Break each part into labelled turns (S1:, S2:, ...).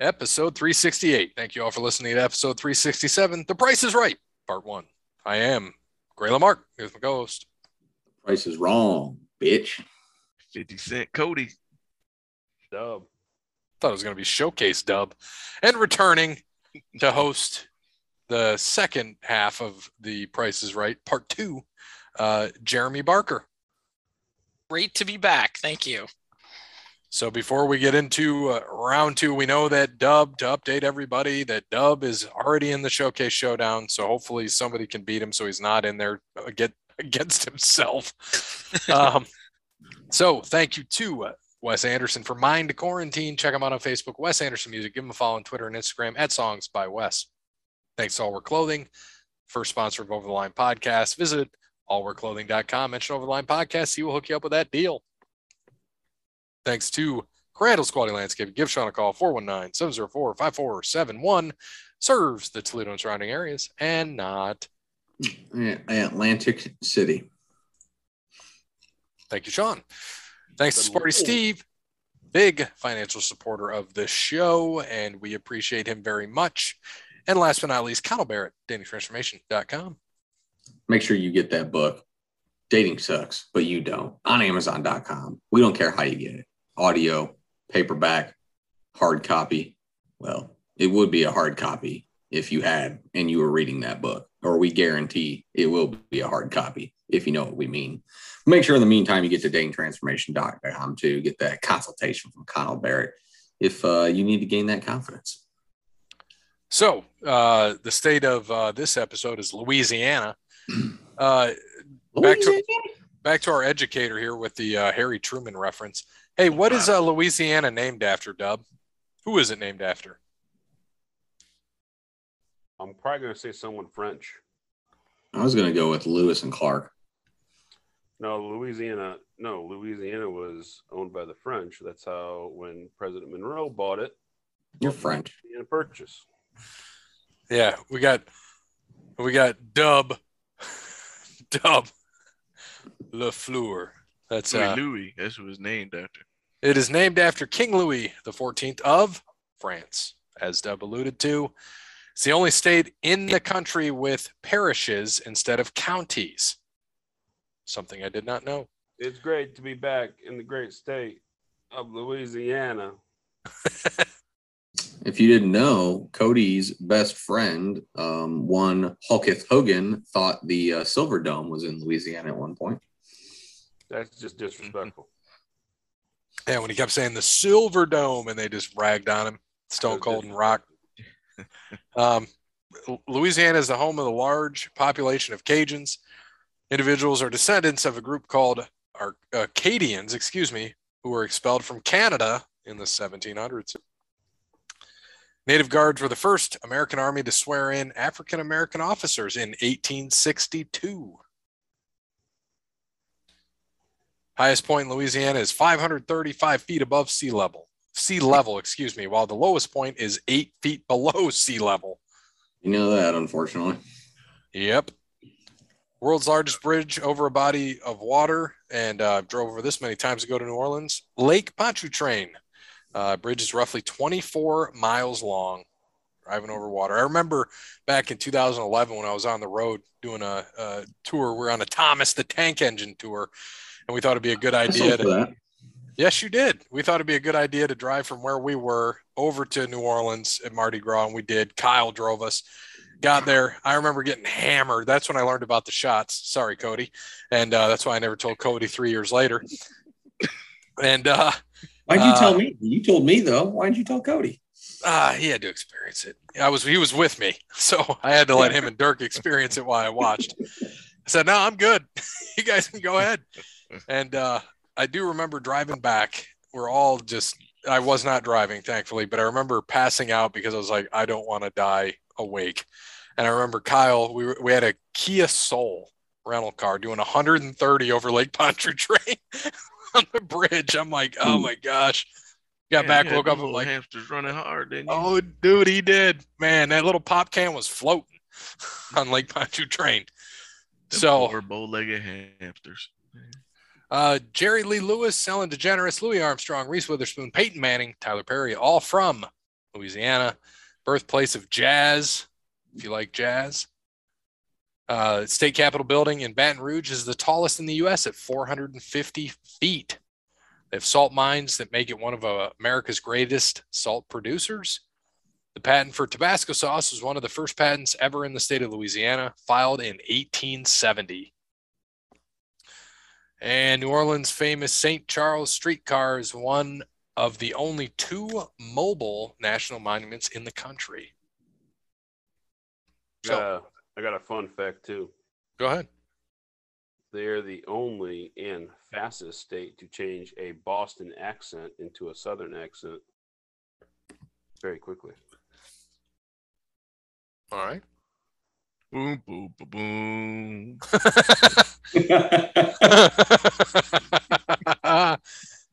S1: episode 368. Thank you all for listening to episode 367. The Price is Right, part one. I am Gray Lamarck. Here's my co host.
S2: Price is wrong, bitch.
S3: 50 Cent Cody.
S1: Dub. Thought it was going to be Showcase Dub. And returning to host the second half of The Price is Right, part two, uh, Jeremy Barker.
S4: Great to be back. Thank you.
S1: So before we get into uh, round two, we know that Dub to update everybody that Dub is already in the showcase showdown. So hopefully somebody can beat him so he's not in there again, against himself. um, so thank you to uh, Wes Anderson for Mind to Quarantine. Check him out on Facebook, Wes Anderson Music. Give him a follow on Twitter and Instagram at Songs by Wes. Thanks to All Wear Clothing, first sponsor of Over the Line Podcast. Visit allwearclothing.com. Mention Over the Line Podcast. He will hook you up with that deal. Thanks to Crandall's Quality Landscape. Give Sean a call, 419 704 5471. Serves the Toledo and surrounding areas and not.
S2: Yeah, Atlantic City.
S1: Thank you, Sean. Thanks to Sparty Steve, big financial supporter of the show, and we appreciate him very much. And last but not least, Connell Barrett, datingtransformation.com.
S2: Make sure you get that book. Dating sucks, but you don't. On Amazon.com. We don't care how you get it. Audio, paperback, hard copy. Well, it would be a hard copy if you had and you were reading that book, or we guarantee it will be a hard copy if you know what we mean. Make sure in the meantime you get to datingtransformation.com to get that consultation from Connell Barrett if uh, you need to gain that confidence.
S1: So, uh, the state of uh, this episode is Louisiana. Uh, Back to- back to our educator here with the uh, Harry Truman reference. Hey, what is uh, Louisiana named after, Dub? Who is it named after?
S5: I'm probably going to say someone French.
S2: I was going to go with Lewis and Clark.
S5: No, Louisiana. No, Louisiana was owned by the French. That's how when President Monroe bought it,
S2: You're French.
S5: in a purchase.
S1: Yeah, we got we got Dub, Dub, Lafleur. That's
S3: Louis
S1: uh,
S3: Louis. That's who was named after.
S1: It is named after King Louis the Fourteenth of France, as Deb alluded to. It's the only state in the country with parishes instead of counties. Something I did not know.
S5: It's great to be back in the great state of Louisiana.
S2: If you didn't know, Cody's best friend, um, one Hulketh Hogan, thought the uh, Silver Dome was in Louisiana at one point.
S5: That's just disrespectful.
S1: And when he kept saying the Silver Dome, and they just ragged on him, Stone
S5: Those
S1: Cold and
S5: didn't-
S1: Rock. Um, L- Louisiana is the home of the large population of Cajuns. Individuals are descendants of a group called Ar- Acadians, excuse me, who were expelled from Canada in the 1700s. Native Guards were the first American army to swear in African American officers in 1862. Highest point in Louisiana is 535 feet above sea level. Sea level, excuse me, while the lowest point is eight feet below sea level.
S2: You know that, unfortunately.
S1: Yep. World's largest bridge over a body of water, and uh, drove over this many times to go to New Orleans. Lake Pontchartrain uh, bridge is roughly 24 miles long, driving over water. I remember back in 2011 when I was on the road doing a, a tour. We were on a Thomas the Tank Engine tour, and we thought it'd be a good
S2: I
S1: idea
S2: sold
S1: to
S2: for that.
S1: Yes, you did. We thought it'd be a good idea to drive from where we were over to New Orleans at Mardi Gras, and we did. Kyle drove us, got there. I remember getting hammered. That's when I learned about the shots. Sorry, Cody, and uh, that's why I never told Cody three years later. And uh,
S2: Why'd you
S1: Uh,
S2: tell me? You told me though. Why'd you tell Cody?
S1: uh, he had to experience it. I was he was with me, so I had to let him and Dirk experience it while I watched. I said, "No, I'm good. you guys can go ahead." And uh, I do remember driving back. We're all just. I was not driving, thankfully, but I remember passing out because I was like, "I don't want to die awake." And I remember Kyle. We were, we had a Kia Soul rental car doing 130 over Lake Pontchartrain on the bridge. I'm like, "Oh my gosh!" Got
S3: Yeah,
S1: back,
S3: you had
S1: woke
S3: them
S1: up, I'm
S3: little
S1: like.
S3: hamsters running hard, didn't you?
S1: Oh, dude, he did. Man, that little pop can was floating on Lake Pontchartrain.
S3: Them
S1: so-
S3: poor bow-legged hamsters.
S1: Uh, Jerry Lee Lewis, Ellen DeGeneres, Louis Armstrong, Reese Witherspoon, Peyton Manning, Tyler Perry, all from Louisiana, birthplace of jazz, if you like jazz. Uh, State Capitol building in Baton Rouge is the tallest in the U.S. at 450 feet. They have salt mines that make it one of uh, America's greatest salt producers. The patent for Tabasco sauce was one of the first patents ever in the state of Louisiana, filed in 1870. And New Orleans' famous St. Charles streetcar is one of the only two mobile national monuments in the country. So,
S5: Uh, I got a fun fact too.
S1: go ahead.
S5: They are the only and fastest state to change a Boston accent into a Southern accent very quickly.
S1: All right.
S3: Boom, boom, boom, boom.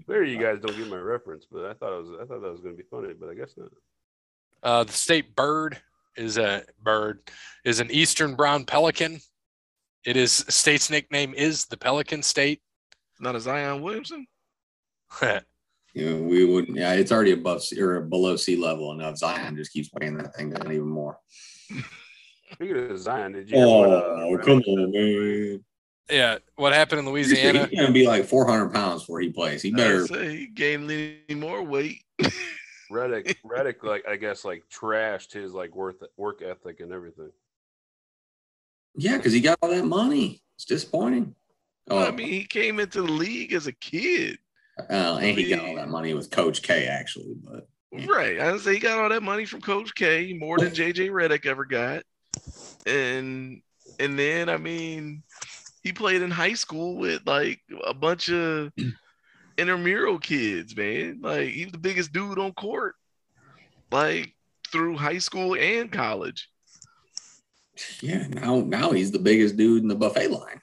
S5: There, you guys don't get my reference, but I thought it was I thought that was going to be funny, but I guess not.
S1: uh, the state bird is a bird is an eastern brown pelican. It is state's nickname is the Pelican State.
S3: Not a Zion Williamson.
S2: You know, we wouldn't. Yeah, it's already above sea- or below sea level, and now Zion just keeps paying that thing down even more.
S5: Speaking of Zion, did you? hear what,
S2: Oh,
S5: uh,
S2: come on, man!
S1: yeah, what happened in Louisiana?
S2: He's gonna be like 400 pounds before he plays. He better.
S3: I say he gained any more weight.
S5: Reddick, Reddick, like I guess, like trashed his like worth work ethic and everything.
S2: Yeah, because he got all that money. It's disappointing. Oh,
S3: I mean, he came into the league as a kid.
S2: uh, and he got all that money with Coach K actually, but Yeah.
S3: Right. I say he got all that money from Coach K, more than JJ Reddick ever got. And and then I mean, he played in high school with like a bunch of intramural kids, man. Like he was the biggest dude on court. Like through high school and college.
S2: yeah, now now he's the biggest dude in the buffet line.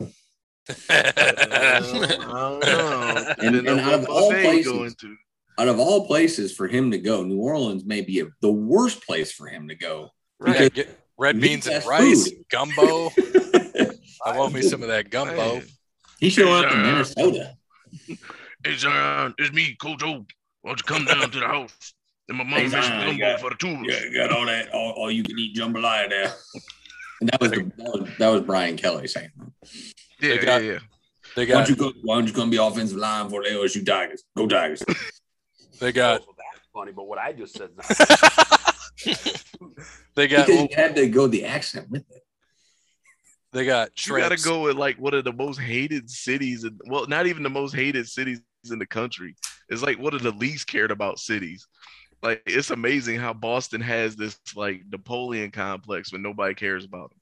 S3: I don't know.
S2: And-
S3: Didn't know
S2: and out of
S3: what
S2: all
S3: buffet
S2: places-
S3: going to.
S2: Out of all places for him to go, New Orleans may be a, the worst place for him to go.
S1: Yeah,
S2: Because-
S1: get red
S2: Meat
S1: beans and
S2: fast
S1: rice,
S2: food.
S1: gumbo. I want me some of that gumbo.
S3: Man.
S2: he showed up in Minnesota.
S3: Hey Zion, it's me, Coach O. Why don't you come down to the house? And my mom
S2: Hey,
S3: makes
S2: Zion,
S3: gumbo
S2: yeah.
S3: for the tours.
S2: Yeah, you got all that, all, all you can eat jambalaya there. And that was, the, that was that was Brian Kelly saying. that.
S3: Yeah,
S1: They got-
S3: yeah, yeah.
S1: They
S2: Why don't
S1: got
S2: you go? Why don't you come be offensive line for the LSU Tigers? Go Tigers!
S1: they got
S5: Also, Oh, that's funny, but what I just said.
S1: they got
S2: Because you had to go the accent with it.
S1: they got
S3: You gotta
S1: shrimps.
S3: go with like one of the most hated cities, and well, not even the most hated cities in the country. It's like one of the least cared about cities. Like it's amazing how Boston has this like Napoleon complex when nobody cares about them.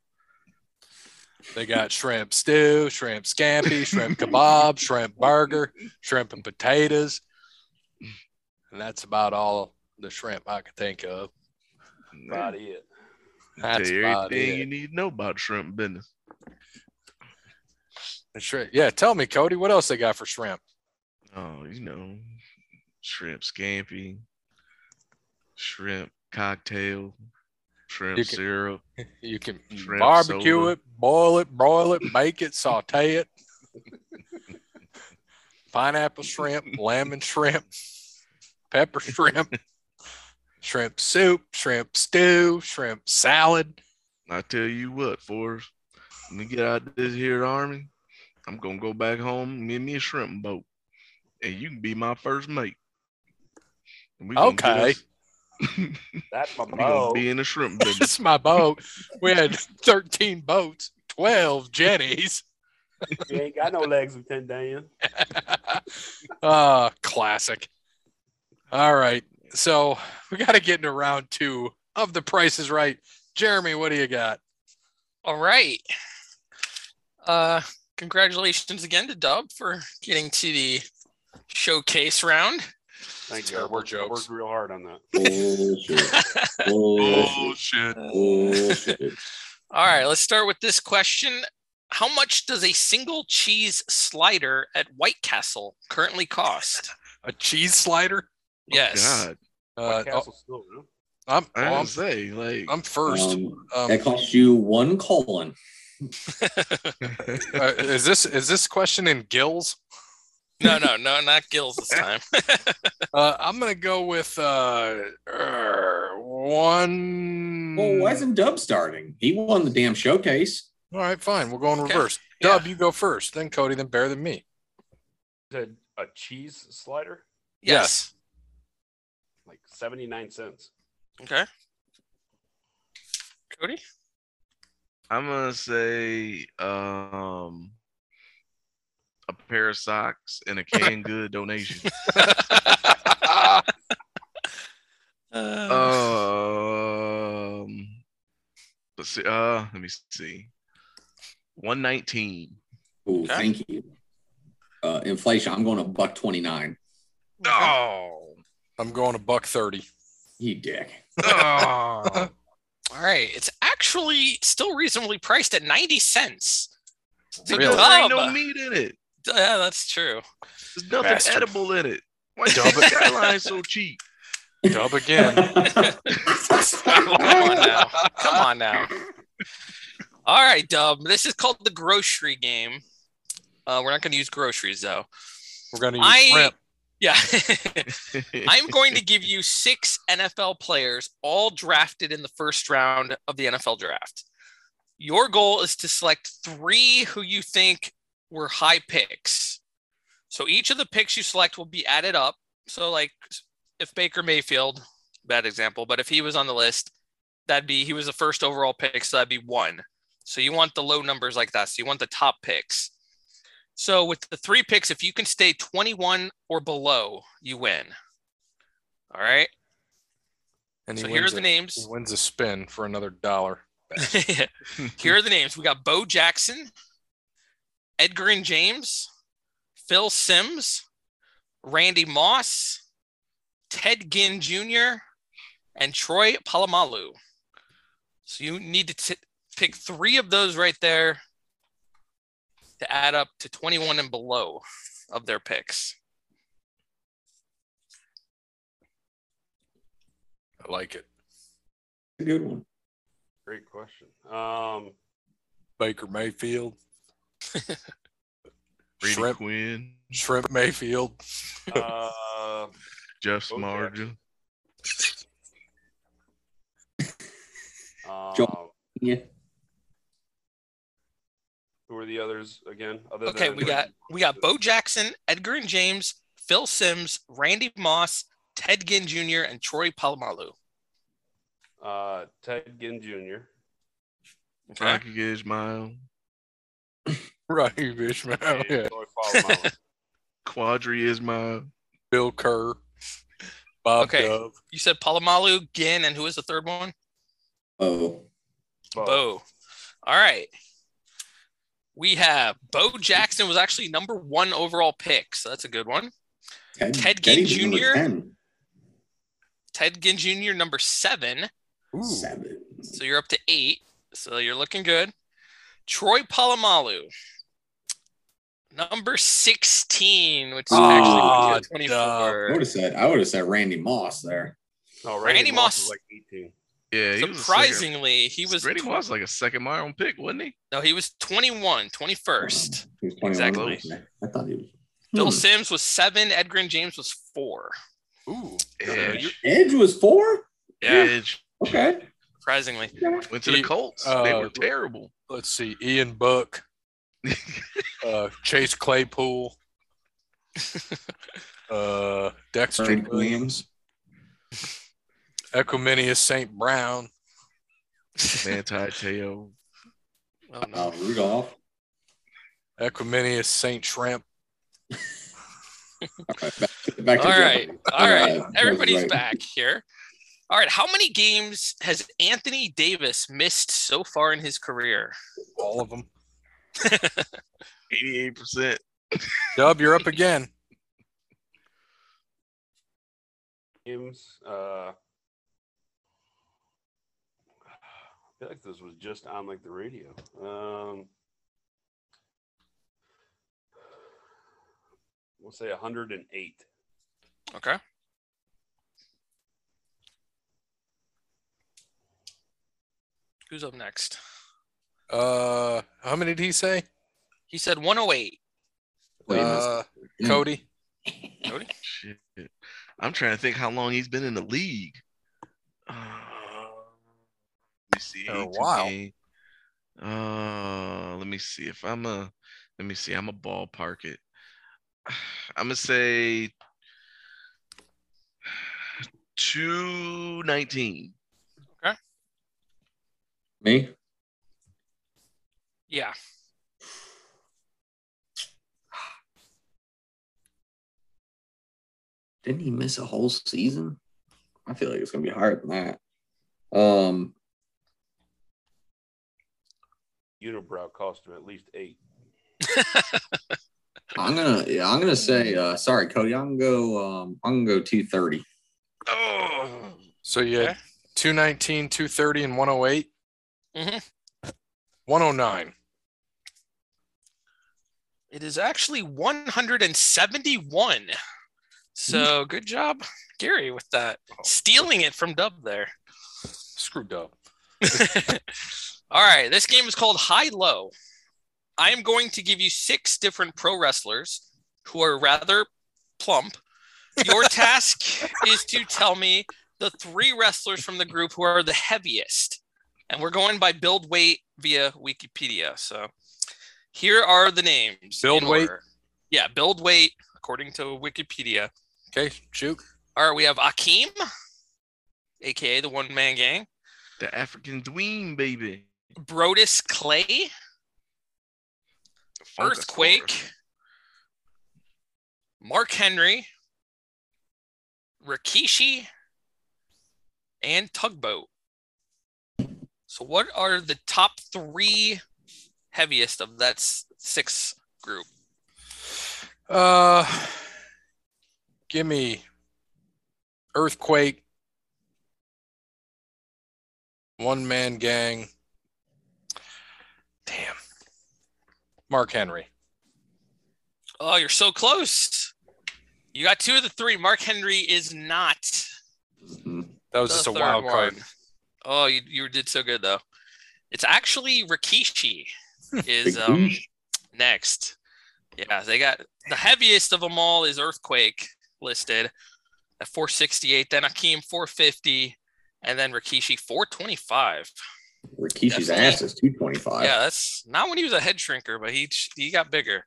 S1: They got shrimp stew, shrimp scampi, shrimp kebab, shrimp burger, shrimp and potatoes. And that's about all the shrimp I could think of.
S5: about it.
S1: That's
S3: Tell you
S1: about
S3: everything
S1: it.
S3: you need to know about shrimp business.
S1: And shrimp. Yeah, tell me, Cody, what else they got for shrimp?
S3: Oh, you know, shrimp scampi, shrimp cocktail, shrimp
S1: You can-
S3: syrup.
S1: You can
S3: Shrimp
S1: barbecue
S3: soda.
S1: it, boil it, broil it, bake it, saute it. Pineapple shrimp, lemon shrimp, pepper shrimp, shrimp soup, shrimp stew, shrimp salad.
S3: I tell you what, Forrest, when we get out this here army, I'm gonna go back home and get me a shrimp boat, and you can be my first mate. And we gonna get
S1: Okay.
S3: us- we
S5: That's my
S3: gonna
S5: ball.
S3: be in the shrimp business.
S1: That's my boat. We had 13 boats, 12 jennies.
S5: You ain't got no legs, Lieutenant Dan.
S1: Ah, classic. All right. So we got to get into round two of the Price is Right. Jeremy, what do you got?
S4: All right. Uh, congratulations again to Dub for getting to the showcase round.
S5: Thank you. I
S1: Terrible
S5: worked, I
S1: jokes.
S5: worked real hard on that.
S2: Bullshit. Bullshit.
S3: shit!
S2: Bullshit.
S4: All right, let's start with this question. How much does a single cheese slider at White Castle currently cost?
S1: A cheese slider?
S4: Yes.
S3: God,
S1: Uh,
S5: Castle Snow, huh?
S1: oh, I'm,
S3: I
S1: oh,
S3: didn't
S1: I'm,
S3: say like
S1: I'm first.
S2: Um,
S1: Um,
S2: that costs you one colon.
S1: uh, is this is this question in gills?
S4: No, no, no, not Gills this time.
S1: Uh, I'm gonna go with uh, er, one.
S2: Well, why isn't Dub starting? He won the damn showcase.
S1: All right, fine. We'll go in
S4: Okay.
S1: reverse.
S4: Yeah.
S1: Dub, you go first, then Cody, then Bear, then me.
S5: Is it a cheese slider?
S4: Yes.
S5: Like 79 cents.
S4: Okay. Cody?
S3: I'm gonna say um a pair of socks and a canned good donation.
S4: Uh,
S3: Oh, Um let's see uh let me see. 119.
S2: Ooh,
S4: Okay.
S2: thank you. Uh, inflation. I'm going to buck twenty nine.
S3: Oh,
S1: I'm going to buck thirty.
S2: You dick.
S3: oh.
S4: All right. It's actually still reasonably priced at 90 cents. So
S1: Really?
S3: there ain't
S4: Dub,
S3: no meat in it.
S4: yeah, that's true.
S3: There's nothing
S1: Bastard.
S3: edible in it. Why is
S1: Dub
S4: it.
S3: skyline so cheap?
S1: Dub again.
S4: Come on now. Come on now. All right, Dub. This is called the grocery game. Uh, we're not going to use groceries, though.
S1: We're gonna use
S4: I-
S1: shrimp.
S4: Yeah. I'm going to give you six NFL players, all drafted in the first round of the NFL draft. Your goal is to select three who you think were high picks. So each of the picks you select will be added up. So, like if Baker Mayfield, bad example, but if he was on the list, that'd be he was the first overall pick. So that'd be one. So you want the low numbers like that. So you want the top picks. So with the three picks, if you can stay 21 or below, you win. All right.
S1: And he
S4: So
S1: wins
S4: here are
S1: a-
S4: the
S1: He
S4: names.
S1: wins a spin for another dollar.
S4: here are the names. We got Bo Jackson, Edgar and James, Phil Sims, Randy Moss, Ted Ginn Jr., and Troy Polamalu. So you need to t- pick three of those right there to add up to 21 and below of their picks.
S1: I like it.
S2: Good one.
S5: Great question. Um,
S1: Baker Mayfield,
S3: Brady
S1: shrimp,
S3: Quinn,
S1: shrimp Mayfield.
S5: uh,
S3: Jeff
S5: Bo
S3: Smarja.
S5: uh,
S2: Yeah.
S5: who are the others again? Other
S4: Okay,
S5: than-
S4: we got we got Bo Jackson, Edgar and James, Phil Sims, Randy Moss, Ted Ginn Jr., and Troy Polamalu.
S5: uh, Ted Ginn Jr.
S4: Okay.
S3: Rocky Gizmile,
S1: Right, Ishmael.
S5: and
S1: Oh, Yeah.
S5: Troy Polamalu.
S3: Quadri Ismail,
S1: Bill Kerr, Bob
S4: Okay.
S1: Dove.
S4: You said Polamalu, Ginn, and who was the third one?
S2: Oh,
S5: Bo.
S4: Bo. All right. We have Bo Jackson was actually number one overall pick, so that's a good one.
S2: Ted,
S4: Ted
S2: Teddy's
S4: Ginn
S2: number
S4: Jr.?
S2: 10.
S4: Ted Ginn Jr. number seven,
S1: Ooh,
S2: Seven.
S4: so you're up to eight, so you're looking good. Troy Polamalu, number sixteen, which is
S2: Ah,
S4: actually twenty-four.
S2: I would have said. I would have said Randy Moss there.
S5: No,
S4: Randy
S5: Randy Moss
S4: Moss.
S5: was like 18.
S3: Yeah, he was a second-
S4: Surprisingly, he was
S3: Brady
S4: tw-
S3: Moss like a second mile pick, wasn't he?
S4: no, he was 21, 21st.
S2: Um, He was 21.
S4: Exactly.
S2: Okay. I thought he was.
S4: Bill
S2: Hmm.
S4: Sims was seven. Edgar and James was four.
S1: ooh.
S3: Yeah,
S1: you-
S2: Edge was four.
S3: Edge
S2: Okay.
S4: surprisingly.
S3: went to the
S1: He-
S3: Colts.
S1: uh,
S3: they were terrible.
S1: Let's see. Ian Buck, uh, Chase Claypool, uh, Dexter
S2: Frank
S1: Williams,
S2: Williams.
S1: Ecumenius St. Brown.
S3: Manti Te'o,
S4: Oh,
S2: Uh,
S4: no.
S2: Rudolph.
S1: Ecumenius St. Shrimp.
S2: All right. Back to, back to
S4: All
S2: Jeff.
S4: right. All right.
S2: Uh,
S4: Everybody's
S2: right.
S4: back here. All right. How many games has Anthony Davis missed so far in his career?
S1: All of them.
S3: 88 percent.
S1: Dub, you're up again.
S5: James, uh, I feel like this was just on like the radio. Um, we'll say 108.
S4: Okay. Who's up next?
S1: Uh, how many did he say?
S4: oh He said 108.
S2: Wait a minute.
S1: Uh, Cody.
S3: Shit. I'm trying to think how long he's been in the league. Uh, let me see.
S1: For a while.
S3: 2K. Uh, let me see if I'm a. Let me see. I'm a ballpark it. I'm gonna say two nineteen.
S2: Me?
S4: Yeah.
S2: Didn't he miss a whole season? I feel like it's gonna be higher than that. Um,
S5: Unibrow cost him at least eight.
S2: I'm gonna, yeah, I'm gonna say, uh, sorry, Cody. I'm gonna go, um, I'm gonna go two thirty.
S3: Oh,
S1: So you had
S4: Okay.
S1: 219, 230, and 108.
S4: Mhm.
S1: 109.
S4: It is actually 171. So
S3: Hmm.
S4: good job, Gary, with that.
S3: Oh.
S4: Stealing it from Dub there.
S1: Screwed up.
S4: All right, this game is called High Low. I am going to give you six different pro wrestlers who are rather plump. Your task is to tell me the three wrestlers from the group who are the heaviest. And we're going by build weight via Wikipedia. So here are the names.
S1: Build
S4: in
S1: weight?
S4: order. Yeah, build weight according to Wikipedia.
S1: Okay, shoot.
S4: All right, we have Akeem, aka the one man gang.
S3: the African Dween baby.
S4: Brodus Clay,
S3: Funkasaurus.
S4: Earthquake, Mark Henry, Rikishi, and Tugboat. So, what are the top three heaviest of that s- six group?
S1: Uh, give me earthquake, one man gang. Damn, Mark Henry.
S4: Oh, you're so close. You got two of the three. Mark Henry is not.
S1: That was
S4: the
S1: just a
S4: third
S1: wild card.
S4: one. Oh, you, you did so good, though. It's actually Rikishi is um, next. Yeah, they got the heaviest of them all is Earthquake listed at 468, then Akeem 450, and then Rikishi 425.
S2: Rikishi's
S4: Definitely.
S2: ass is two twenty five.
S4: Yeah, that's not when he was a head shrinker, but he he got bigger.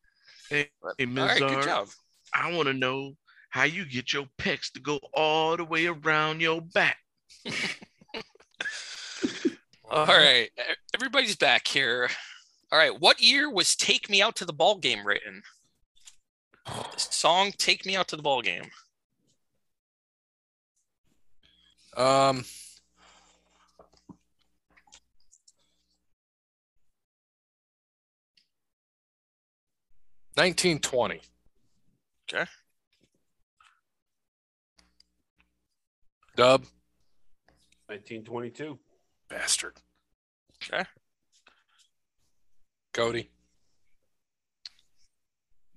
S3: Hey,
S4: But-
S3: hey,
S4: all right,
S3: Mizar.
S4: good job.
S3: I want to know how you get your pecs to go all the way around your back.
S4: All right, e- everybody's back here. All right, what year was "Take Me Out to the Ball Game" written? The song "Take Me Out to the Ball Game."
S1: Um, nineteen twenty.
S4: Okay.
S1: Dub
S5: 1922.
S1: bastard.
S4: Okay.
S1: Cody.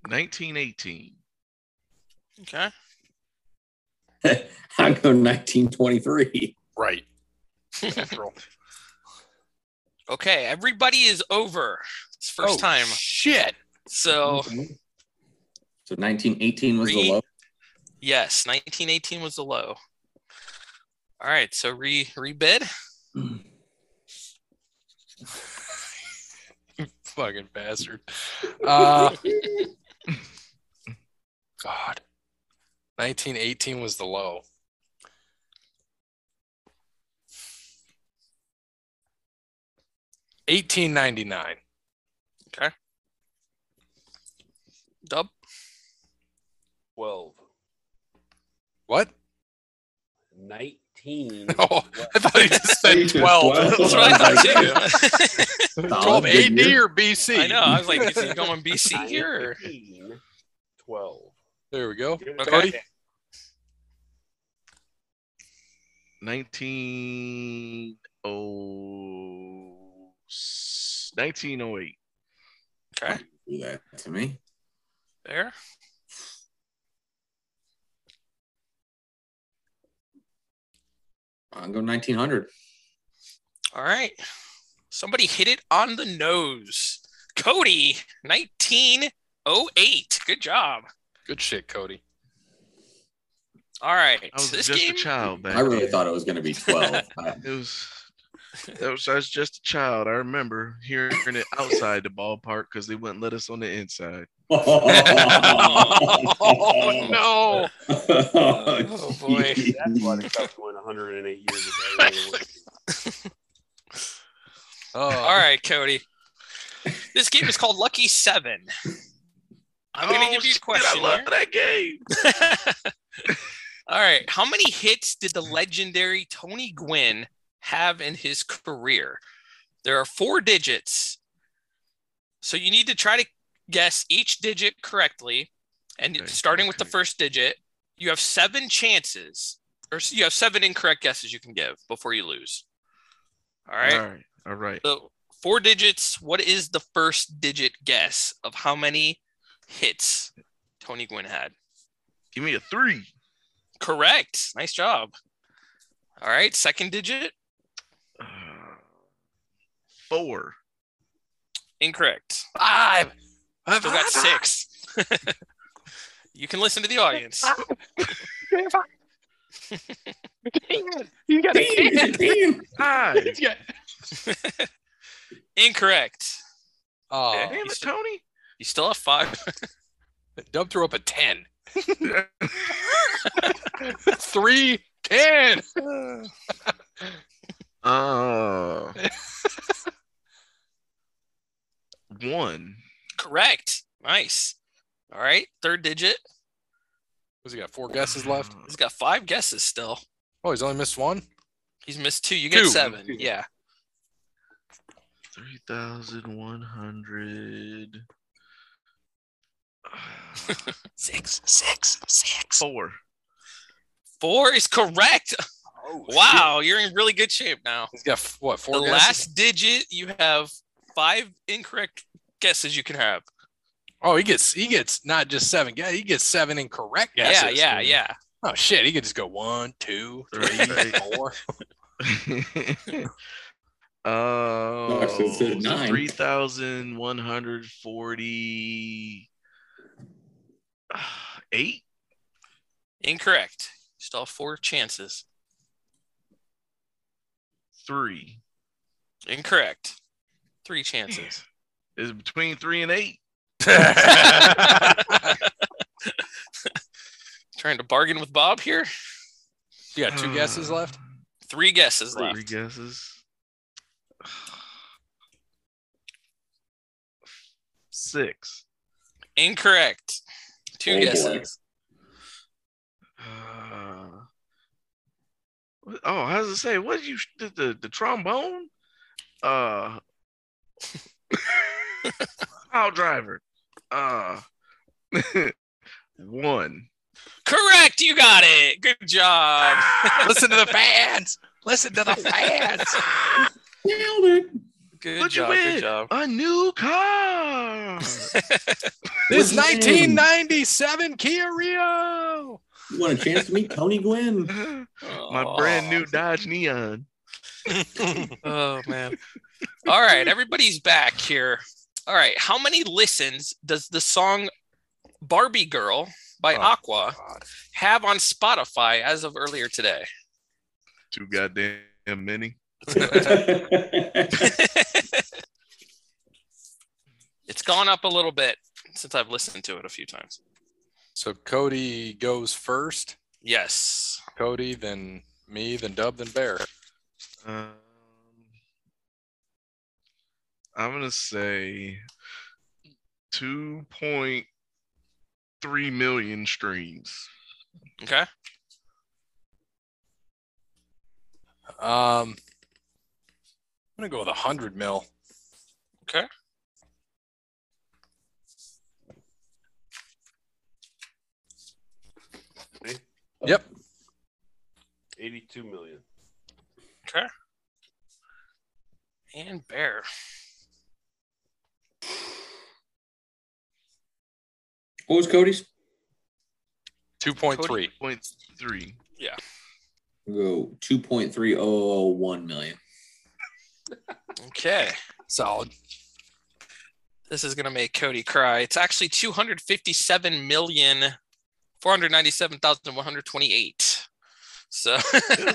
S3: 1918.
S4: Okay.
S2: I go nineteen twenty three.
S1: Right.
S4: Okay, everybody is over. It's first
S1: Oh,
S4: time.
S1: Shit.
S4: So
S2: So nineteen eighteen was
S4: Three.
S2: the low.
S4: Yes, 1918 was the low. All right, so re rebid.
S1: Fucking bastard. Uh, God. 1918 was the low. Eighteen ninety nine.
S4: Dub.
S5: 12.
S1: What?
S5: 19.
S1: Oh, I thought he just said
S2: Jesus,
S1: twelve.
S3: Oh,
S4: That's what I thought too.
S1: Twelve
S2: Solid
S1: AD
S2: figure.
S1: or BC?
S4: I know. I was like, is he going BC here? or-
S5: 19, 12.
S1: There we go.
S5: Give it
S1: Cody.
S5: back.
S3: 19... Oh, s- 1908.
S4: Okay,
S2: Do that to me.
S4: there.
S2: I'll go nineteen hundred.
S4: All right. Somebody hit it on the nose. Cody, 19 Oh eight. Good job.
S1: Good shit, Cody.
S4: All right.
S3: I was
S4: this
S3: just
S4: game,
S3: a child back
S2: I really
S3: then.
S2: thought it was going to be 12. I-
S3: it was. That was, I was just a child. I remember hearing it outside the ballpark because they wouldn't let us on the inside.
S4: oh no. Oh, boy.
S5: That's why they stopped going 108 years ago.
S1: Oh,
S4: All right, Cody. This game is called Lucky Seven. I'm gonna
S3: Oh,
S4: give you
S3: shit,
S4: a question.
S3: I love
S4: here.
S3: that game.
S4: All right. How many hits did the legendary Tony Gwynn have in his career? There are four digits. So you need to try to guess each digit correctly. And
S3: Okay,
S4: starting with the
S3: okay.
S4: first digit, you have seven chances, or s- you have seven incorrect guesses you can give before you lose. All right.
S3: All right. All right.
S4: So four digits. What is the first digit guess of how many hits Tony Gwynn had?
S3: Give me a three.
S4: Correct. Nice job. All right. Second digit.
S3: Uh, four.
S4: Incorrect.
S1: Five. I've
S4: Still got six. you can listen to the audience.
S1: You got
S3: Five.
S4: Incorrect.
S1: Oh,
S3: Damn it, Tony.
S4: You still have five.
S1: Dub threw up a 10. Three, 10.
S3: Uh, one.
S4: Correct. Nice. All right. Third digit.
S1: What's he got? Four guesses left?
S3: Uh,
S4: He's got five guesses still.
S1: Oh, he's only missed one?
S4: He's missed two. You get
S1: Two.
S4: seven.
S1: Two.
S4: Yeah.
S3: Three thousand one hundred.
S4: Six, six, six.
S3: Four.
S4: Four is correct. Oh, Wow. You're in really good shape now.
S1: He's got f- what? Four
S4: the
S1: guesses?
S4: last digit, you have five incorrect guesses you can have.
S1: Oh, he gets he gets not just seven. Yeah, he gets seven incorrect guesses.
S4: yeah, yeah, yeah.
S1: Oh shit, he could just go one, two, three,
S3: Right.
S1: four.
S3: Oh,
S2: so it's at nine.
S3: three thousand one hundred forty eight.
S4: Incorrect. Still have four chances.
S3: Three
S4: Incorrect. Three chances.
S3: is between three and eight.
S4: Trying to bargain with Bob here.
S1: You got two guesses left.
S4: Three guesses
S3: Three
S4: left.
S3: guesses. Six.
S4: Incorrect. Two
S2: Oh, boy.
S4: guesses.
S3: Uh, what- oh, how does it say? What did you the, the the trombone? Uh, pile driver. Uh, one.
S4: Correct. You got it. Good job.
S3: Ah,
S1: Listen to the fans. Listen to the fans.
S2: Nailed it.
S4: Good
S3: What'd you
S4: job.
S3: win?
S4: Good job.
S3: A new car.
S1: This
S2: What's his
S1: 1997 Kia Rio.
S2: You want a chance to meet Tony Gwynn?
S3: My brand new Dodge Neon.
S4: Oh man. All right, everybody's back here. All right, how many listens does the song Barbie Girl by
S1: Oh,
S4: Aqua have on Spotify as of earlier today?
S3: Too goddamn many.
S4: It's gone up a little bit since I've listened to it a few times.
S1: So Cody goes first.
S4: Yes.
S1: Cody, then me, then Dub, then Bear.
S3: Um, I'm gonna say two point three million streams.
S4: Okay.
S1: Um, I'm gonna go with a hundred mil.
S4: Okay.
S1: Yep.
S5: 82 million.
S4: Okay. And Bear.
S2: What was Cody's?
S1: Two point three.
S3: Point three.
S2: Go 2.3001 million.
S4: Okay.
S1: Solid.
S4: This is going to make Cody cry. It's actually 257,497,128. So
S1: I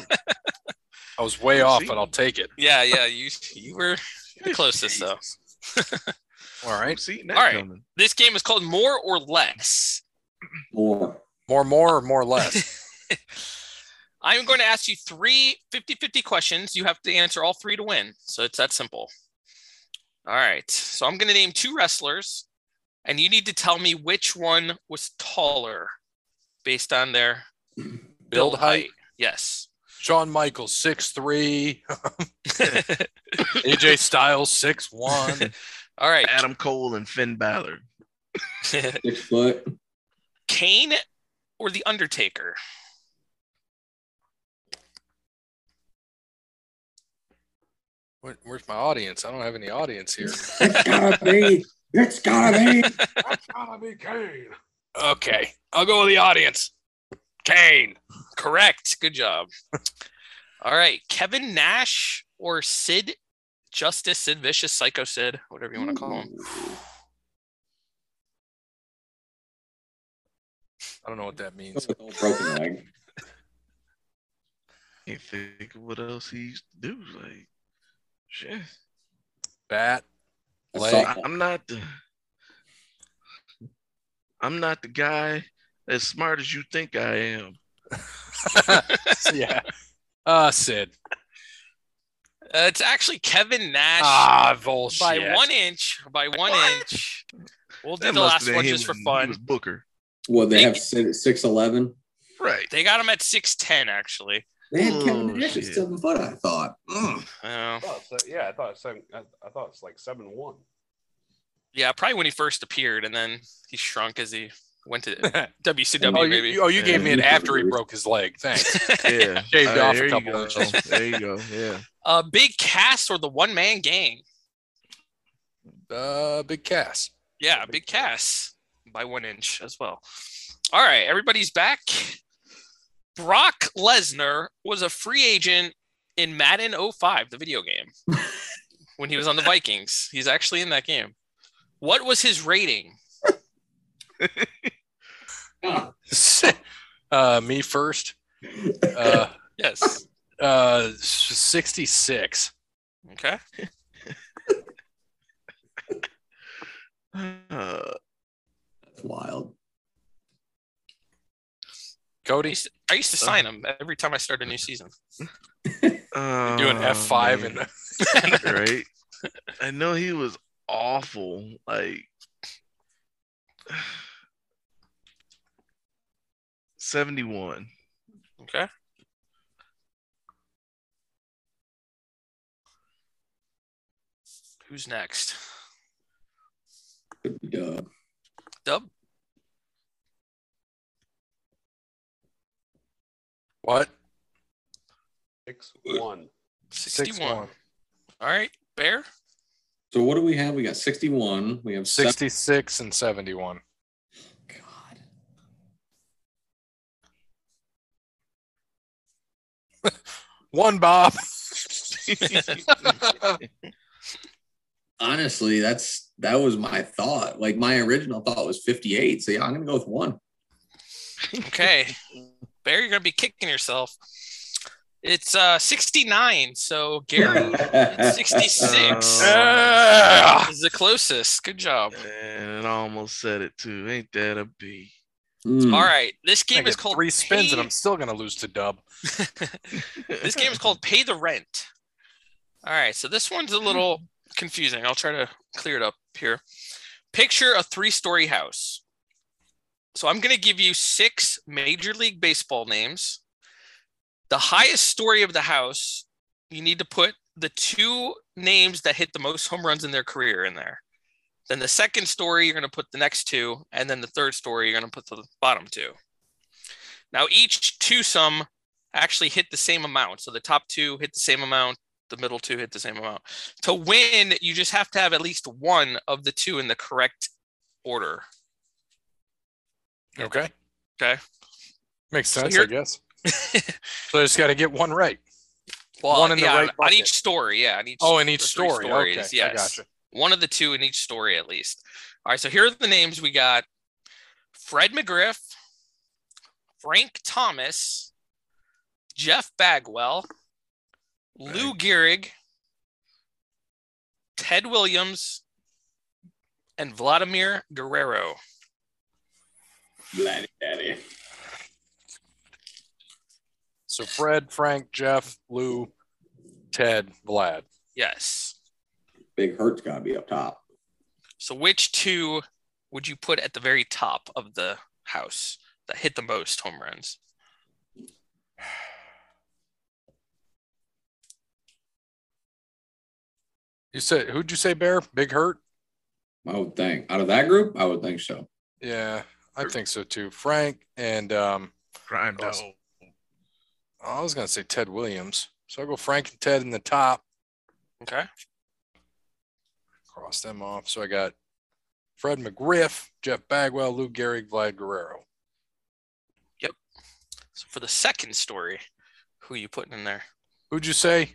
S1: was way off,
S3: see.
S1: but I'll take it.
S4: yeah, yeah, you you were the closest though.
S1: All
S3: Right.
S1: right.
S3: See, that
S4: All right.
S3: coming.
S4: This game is called More or Less.
S2: Or
S1: More, more, or more, less.
S4: I'm going to ask you three 50 50 questions. You have to answer all three to win. So it's that simple. All right. So I'm going to name two wrestlers, and you need to tell me which one was taller based on their build, height. Yes.
S1: Shawn Michaels, 6'3. AJ Styles, 6'1.
S4: all right.
S3: Adam Cole and Finn Balor.
S2: six foot.
S4: Kane or The Undertaker?
S1: Where, where's my audience? I don't have any audience here.
S2: It's gotta be. It's gotta be.
S5: That's gotta be Kane.
S1: Okay. I'll go with the audience. Kane.
S4: Correct. Good job. All right. Kevin Nash or Sid Justice, Sid Vicious, Psycho Sid, whatever you want to call him.
S1: I don't know what that means.
S2: Broken leg.
S3: Can't think of what else he used to do. Like, shit.
S1: Bat. Leg.
S2: Assault.
S3: I- I'm not the. I'm not the guy as smart as you think I am.
S1: yeah. Uh, Sid.
S4: Uh, it's actually Kevin Nash
S1: Ah, bullshit.
S4: by one inch. By one
S3: What?
S4: inch. We'll do
S3: That
S4: the
S3: must
S4: last
S3: have been
S4: one
S3: him
S4: just for
S3: when he
S4: fun.
S3: was Booker,
S2: Well, they
S4: Thank
S2: have
S4: you.
S2: sit at six eleven.
S3: right?
S4: They got him at 6'10, actually.
S2: They had
S3: Oh,
S2: Kevin Nash at
S3: shit.
S2: seven foot. I thought. Mm.
S4: Uh,
S5: I thought it's like- yeah, I thought it's seven. I, I thought it's like seven one.
S4: yeah, probably when he first appeared, and then he shrunk as he went to WCW,
S1: Oh, you,
S4: maybe.
S1: you- oh, you gave me it
S2: Yeah.
S1: after he broke his leg. Thanks.
S3: Yeah,
S1: Shaved
S3: All right,
S1: off a
S3: there you
S1: couple
S3: go.
S1: inches.
S3: There you go. Yeah,
S4: uh, Big Cass or the one man gang?
S1: Uh, big Cass.
S4: Yeah, Big Cass by one inch as well. All right, everybody's back. Brock Lesnar was a free agent in Madden 05, the video game, when he was on the Vikings. He's actually in that game. What was his rating?
S1: uh, me first. Uh,
S4: Yes.
S1: uh, 66.
S4: Okay.
S3: uh,
S2: That's wild.
S4: I
S1: Cody,
S4: used to, I used to sign him every time I start a new season.
S3: uh,
S1: doing F5
S3: man.
S1: and
S3: right? I know he was awful. Like seventy-one.
S4: Okay. Who's next?
S2: Could be dub.
S4: Dub?
S1: what?
S5: Six one.
S4: 61.
S1: 61.
S4: All right. Bear?
S2: So what do we have? We got sixty-one. We have seven-
S1: 66 and 71.
S2: God.
S1: One Bob.
S2: Honestly, that's that was my thought. Like my original thought was fifty-eight. So yeah, I'm gonna go with one.
S4: Okay. Bear, you're going to be kicking yourself. It's uh 69. So Gary, 66
S1: Ah!
S4: is the closest. Good job.
S3: And I almost said it too. Ain't that a B?
S2: Mm.
S4: All right. This
S1: I
S4: game is
S1: get
S4: called
S1: three spins, and
S4: Pay-
S1: I'm still gonna lose to Dub.
S4: this game is called Pay the Rent. All right, so this one's a little confusing. I'll try to clear it up here. Picture a three story house. So I'm going to give you six Major League Baseball names. The highest story of the house, you need to put the two names that hit the most home runs in their career in there. Then the second story, you're going to put the next two. And then the third story, you're going to put the bottom two. Now, each two sum actually hit the same amount. So the top two hit the same amount, the middle two hit the same amount. To win, you just have to have at least one of the two in the correct order.
S1: Okay.
S4: Okay.
S1: Makes
S4: So
S1: sense, I
S4: you're-
S1: guess. so I just got to get one right.
S4: Well,
S1: One in the
S4: yeah,
S1: right
S4: on
S1: bucket.
S4: each story, yeah, on each.
S1: Oh, in each
S4: Three
S1: story.
S4: stories,
S1: okay. I
S4: yes.
S1: gotcha.
S4: One of the two in each story, at least. All right. So here are the names we got Fred McGriff, Frank Thomas, Jeff Bagwell, Lou Gehrig, Ted Williams, and Vladimir Guerrero.
S2: Vladdy daddy.
S1: So Fred, Frank, Jeff, Lou, Ted, Vlad.
S4: Yes.
S2: Big Hurt's got to be up top.
S4: So which two would you put at the very top of the house that hit the most home runs?
S1: You said who'd you say Bear? Big Hurt?
S2: I would think. Out of that group, I would think so.
S1: Yeah, I think so too. Frank and um
S3: Crime dog.
S1: Awesome. I was gonna say Ted Williams. So I'll go Frank and Ted in the top.
S4: Okay.
S1: Cross them off. So I got Fred McGriff, Jeff Bagwell, Lou Gehrig, Vlad Guerrero.
S4: So for the second story, who you putting in there?
S1: Who'd you say?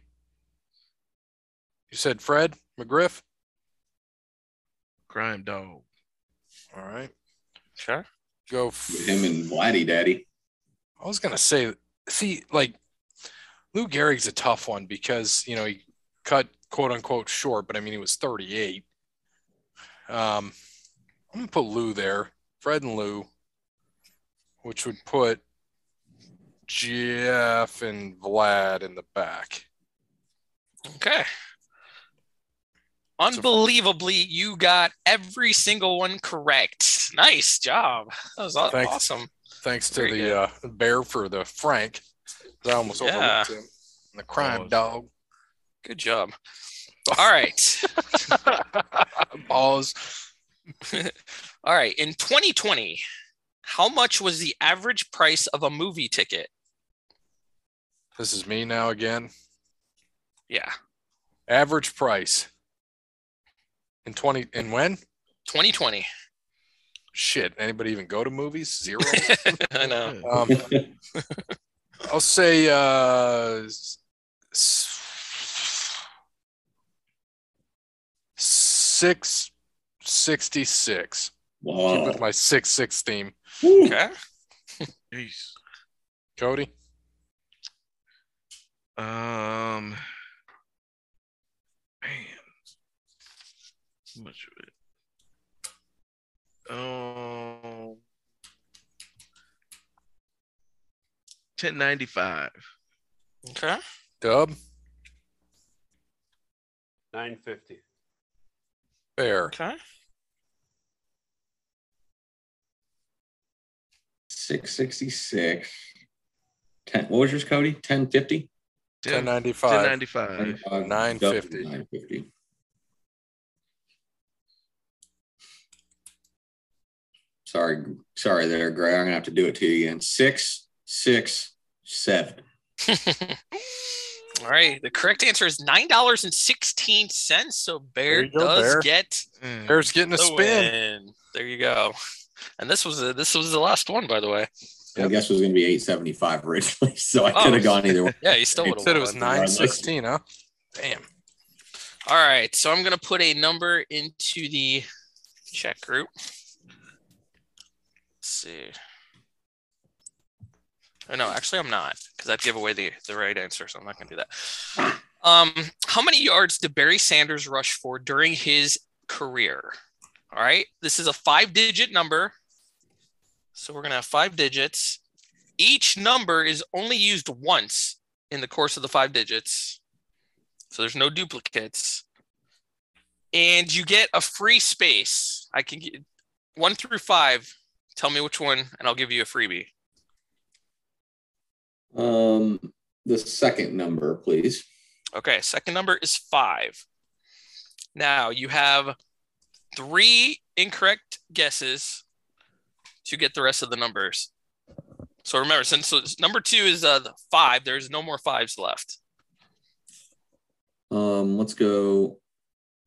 S1: You said Fred McGriff?
S3: Crime dog.
S1: All right.
S4: Sure.
S1: Go
S2: With him and Vladdy daddy.
S1: I was gonna say, see, like Lou Gehrig's a tough one because you know he cut quote unquote short, but I mean he was 38. Um, I'm gonna put Lou there, Fred and Lou, which would put Jeff and Vlad in the back.
S4: Okay. Unbelievably, you got every single one correct. Nice job. That was aw-
S1: Thanks.
S4: awesome.
S1: Thanks to
S4: Very good.
S1: the uh, bear for the Frank. I almost
S4: Yeah.
S1: overlooked him. And the crime
S3: Oh,
S1: dog.
S4: Good job. All right.
S1: Balls.
S4: All right. In 2020, how much was the average price of a movie ticket?
S1: This is me now again.
S4: Yeah.
S1: Average price in 20 and when?
S4: 2020.
S1: Shit, anybody even go to movies? Zero.
S4: I know.
S1: um, I'll say uh, s- s- six sixty-six. Keep
S2: Whoa.
S1: with my six six theme,
S2: Woo.
S4: Okay.
S3: Jeez.
S1: Cody.
S3: Um, man, How much of it. Um, ten ninety five.
S4: Okay.
S1: Dub
S5: Nine fifty.
S1: Bear.
S4: Okay.
S2: 666. 10, what was yours, Cody? 1050?
S1: Ten
S3: Ten
S1: ninety-five.
S3: ninety five.
S2: um,
S1: 950.
S2: 950. Sorry, sorry there, Gray. I'm gonna have to do it to you again. Six, six, seven.
S4: All right. The correct answer is $9.16. So Bear
S1: There you go,
S4: does
S1: Bear.
S4: get
S1: Bear's getting a
S4: the
S1: spin.
S4: win. There you go. And this was the, this was the last one, by the way.
S2: I guess it was gonna be 875 originally, so I
S4: Oh.
S2: could have gone either way.
S4: Yeah, you still
S2: You
S4: would
S1: You
S4: have
S1: said it was nine sixteen, huh? Damn.
S4: All right, so I'm gonna put a number into the chat group. Let's see. Oh no, actually I'm not, because I'd give away the, the right answer, so I'm not gonna do that. Um, how many yards did Barry Sanders rush for during his career? All right, this is a five digit number. So we're gonna have five digits. Each number is only used once in the course of the five digits. So there's no duplicates. And you get a free space. I can get one through five. Tell me which one, and I'll give you a freebie.
S2: Um, the second number, please.
S4: Okay, second number is five. Now you have three incorrect guesses to get the rest of the numbers. So remember, since so number two is uh, the five, there's no more fives left.
S2: Um, let's go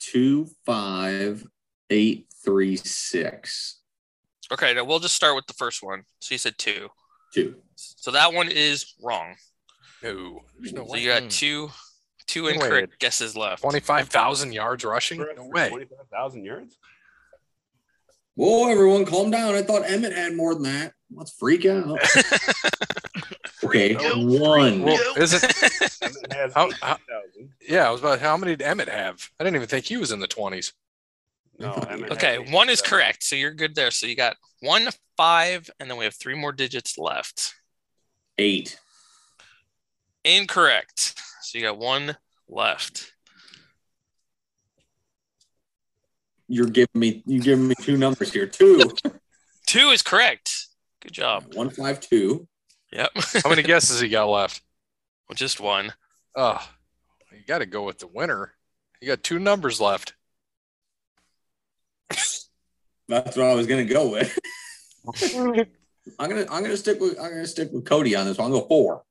S2: two, five, eight, three, six,
S4: Okay, now we'll just start with the first one. So you said two.
S2: two.
S4: So that one is wrong.
S1: No, there's no
S4: So
S1: way. Hmm.
S4: you got two, Two
S1: Wait.
S4: incorrect guesses left.
S1: 25,000 yards rushing?
S5: Brett
S1: No
S5: for
S1: way.
S5: 25,000 yards?
S2: Whoa, everyone, calm down. I thought Emmett had more than that. Let's freak out. okay,
S3: out.
S2: one.
S3: Freak
S1: Well, is it?
S5: Emmett has
S1: How- how-
S5: 18,000.
S1: Yeah, I was about how many did Emmett have? I didn't even think he was in the 20s.
S5: No, Emmett has
S4: okay, one is
S5: 18,000.
S4: correct. So you're good there. So you got one, five, and then we have three more digits left.
S2: Eight.
S4: Incorrect. So you got one left.
S2: You're giving me you giving me two numbers here. Two.
S4: Two is correct. Good job.
S2: One five two.
S4: Yep.
S1: How many guesses he got left?
S4: Just one.
S1: Oh, you got to go with the winner. You got two numbers left.
S2: That's what I was gonna go with. I'm gonna I'm gonna stick with I'm gonna stick with Cody on this one. I'll go four.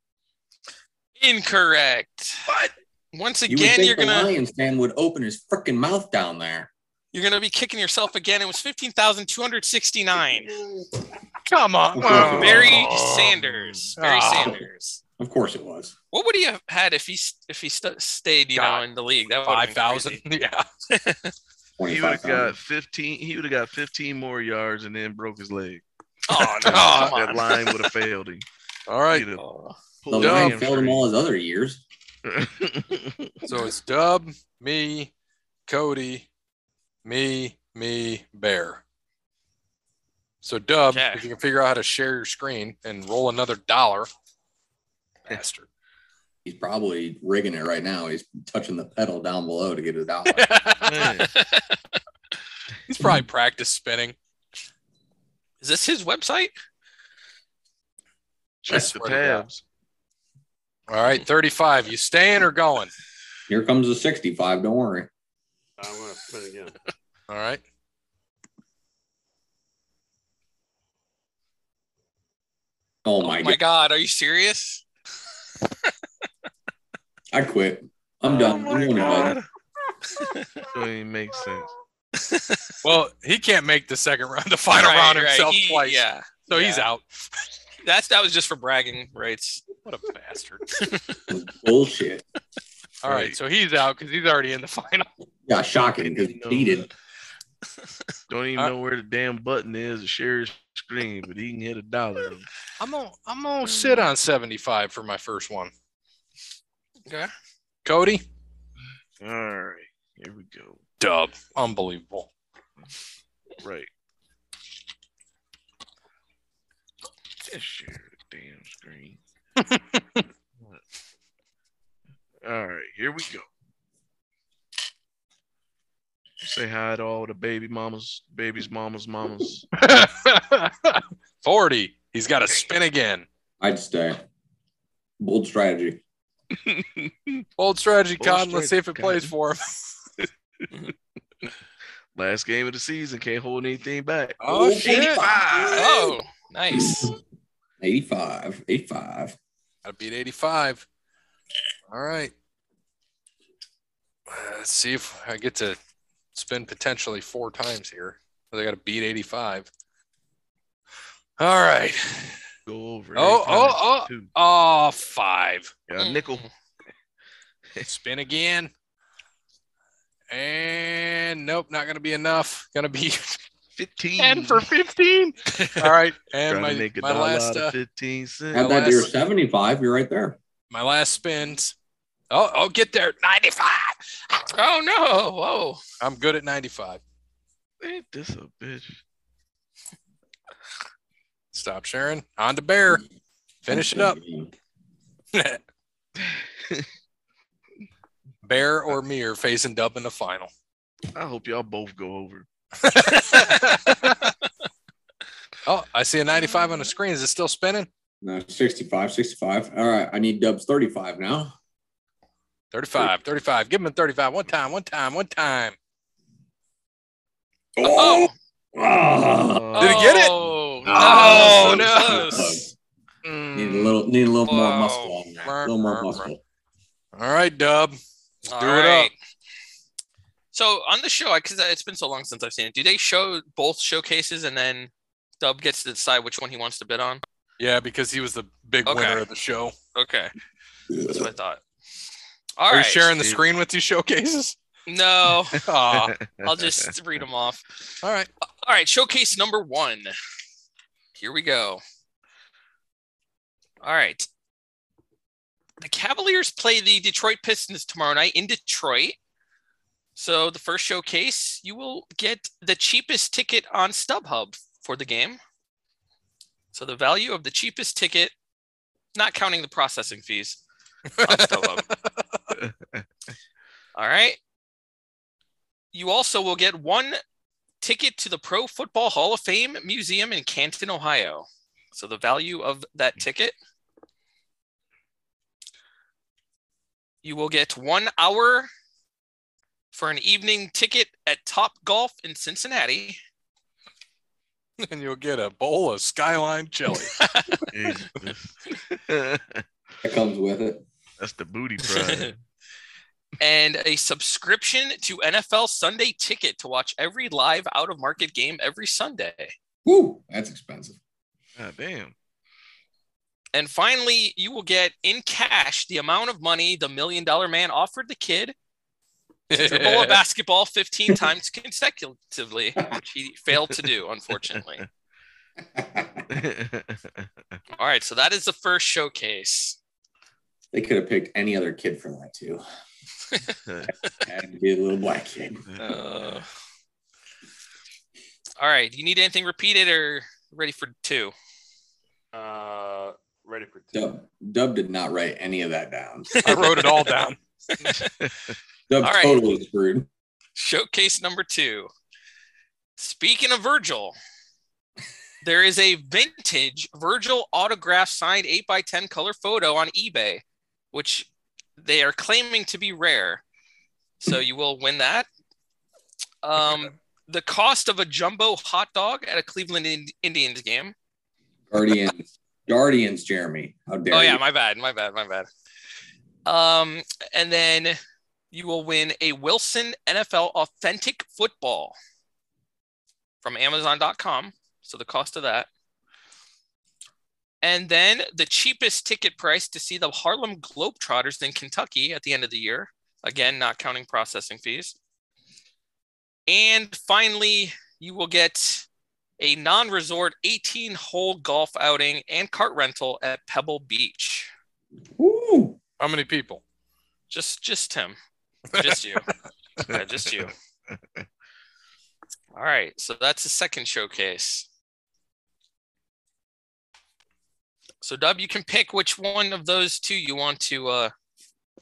S4: Incorrect.
S3: What?
S4: Once
S2: You would
S4: again,
S2: think
S4: you're
S2: the
S4: gonna
S2: Lions fan would open his freaking mouth down there.
S4: you're gonna be kicking yourself again. It was fifteen thousand two hundred sixty nine.
S1: Come on.
S2: Wow.
S4: Barry Sanders. Barry
S1: Ah.
S4: Sanders.
S2: Of course it was.
S4: What would he have had if he st- if he st- stayed, you
S1: God,
S4: know, in the league? That would have
S1: 5,000.
S4: been crazy.
S1: Yeah.
S3: He would have
S2: 25,000.
S3: got 15. He would have got 15 more yards and then broke his leg.
S4: Oh no!
S1: Ah,
S4: come
S3: That
S4: on.
S3: line would have failed him.
S1: All right.
S3: He'd have
S4: Oh.
S2: The
S3: pulled his
S2: Lions failed him
S3: hamstring.
S2: all his other years.
S1: So it's Dub, me, Cody, me, me, Bear. So Dub,
S4: Okay.
S1: if you can figure out how to share your screen and roll another dollar, bastard.
S2: He's probably rigging it right now. He's touching the pedal down below to get a dollar.
S3: Man,
S1: He's probably practice spinning.
S4: Is this his website?
S3: check the
S1: swear to
S3: tabs.
S1: All right, 35. You staying or going?
S2: Here comes the 65. Don't worry.
S5: Uh, I'm going to spin again.
S1: All right.
S2: Oh,
S4: Oh
S2: my,
S4: my,
S2: God.
S4: God! Are you serious?
S2: I quit. I'm
S3: Oh
S2: done.
S3: my
S2: I'm going to bed.
S3: God. Don't even make sense.
S1: Well, he can't make the second round, the final
S4: Right,
S1: round
S4: right.
S1: himself
S4: He-
S1: twice.
S4: Yeah,
S1: so he's
S4: yeah.
S1: out.
S4: that's that was just for bragging rights.
S1: What a bastard.
S2: Bullshit.
S1: All right.
S3: Right.
S1: So he's out because he's already in the final.
S2: Yeah, shocking because he cheated.
S3: Don't even
S1: Uh,
S3: know where the damn button is to share his screen, but he can hit a dollar.
S1: I'm going to I'm gonna sit on 75 for my first one.
S4: Okay.
S1: Cody?
S3: All right, here we go.
S1: Dub. Unbelievable.
S3: Right. Just share the damn screen. all right, here we go. Say hi to all the baby mamas, babies, mamas, mamas.
S1: 40. He's got to spin again.
S2: I'd stay. Bold strategy.
S1: Bold strategy,
S3: Bold
S1: Cotton. Let's see if it
S3: strategy,
S1: plays
S3: Cotton.
S1: for him.
S3: Last game of the season, can't hold anything back.
S1: Oh,
S2: Bold
S1: shit.
S2: 85.
S4: Oh, nice.
S2: 85. 85.
S1: I beat 85. All right. Uh, Let's see if I get to spin potentially four times here. I got to beat 85. All right.
S3: Go over.
S1: Oh,
S3: anytime.
S1: oh, oh.
S3: Two.
S1: Oh, five.
S3: Got a nickel.
S1: Spin again. And nope, not going to be enough. Going to be
S3: 15.
S1: 10 for 15. All right. And
S3: Trying
S1: my,
S3: to make a
S1: my
S3: dollar
S1: last
S3: out of
S1: uh,
S3: 15 cents.
S2: Add that to your
S1: last-
S2: 75. You're right there.
S1: my last spins. Oh, oh, get there. 95.
S4: Oh no! Whoa!
S1: I'm good at 95.
S3: Ain't this a bitch?
S1: Stop sharing. On to Bear. Finish it up. Bear or me are facing Dub in the final.
S3: I hope y'all both go over.
S1: Oh, I see a 95 on the screen. Is it still spinning?
S2: No, 65, 65. All right. I need dubs 35 now.
S1: 35, 35. Give him a 35. One time, one time, one time.
S4: Oh,
S2: Ah.
S1: Did he get it?
S4: Oh,
S2: Ah.
S4: no.
S1: Oh,
S4: Close. Mm.
S2: Need a little, need a little more
S4: Wow.
S2: muscle. On that. A little more muscle.
S1: All right, Dub. Let's
S4: All
S1: do it
S4: right. So on the show, because it's been so long since I've seen it, do they show both showcases and then Dub gets to decide which one he wants to bid on?
S1: Yeah, because he was the big
S4: Okay.
S1: winner of the show.
S4: Okay, that's
S2: Ugh.
S4: what I thought. All
S1: Are you
S4: right.
S1: sharing the
S3: Steve.
S1: screen with these showcases?
S4: No,
S1: Aw,
S4: I'll just read them off.
S1: all right.
S4: All right, showcase number one. Here we go. All right. The Cavaliers play the Detroit Pistons tomorrow night in Detroit. So, the first showcase, you will get the cheapest ticket on StubHub for the game. So, the value of the cheapest ticket, not counting the processing fees on StubHub. All right. You also will get one ticket to the Pro Football Hall of Fame Museum in Canton, Ohio. So the value of that ticket. You will get one hour for an evening ticket at Top Golf in Cincinnati.
S1: And you'll get a bowl of skyline chili.
S3: That's
S2: That comes with it.
S3: the booty pride.
S4: and a subscription to NFL Sunday ticket to watch every live out of market game every Sunday.
S2: Woo, that's expensive.
S3: God damn.
S4: And finally, you will get in cash the amount of money the million dollar man offered the kid dribble a basketball 15 times consecutively, which he failed to do, unfortunately. All right, so that is the first showcase.
S2: they could have picked any other kid for that too. Had to be a little black kid.
S4: Uh, all right, do you need anything repeated or ready for two?
S5: Uh, ready for two.
S2: Dub Dub did not write any of that down.
S1: I wrote it all down.
S2: Dub
S4: All right.
S2: totally screwed.
S4: Showcase number two. Speaking of Virgil, there is a vintage Virgil autograph signed 8x10 color photo on eBay, which they are claiming to be rare. So you will win that. Um, the cost of a jumbo hot dog at a Cleveland Ind- Indians game.
S2: Guardians, Guardians, Jeremy. How dare
S4: Oh yeah,
S2: you?
S4: my bad, my bad, my bad. Um, and then you will win a Wilson NFL Authentic Football from Amazon.com. So the cost of that. And then the cheapest ticket price to see the Harlem Globetrotters in Kentucky at the end of the year. Again, not counting processing fees. And finally, you will get a non-resort 18-hole golf outing and cart rental at Pebble Beach.
S2: Woo.
S1: How many people?
S4: Just just him. Just you. yeah, just you. All right. So that's the second showcase. So Dub, you can pick which one of those two you want to uh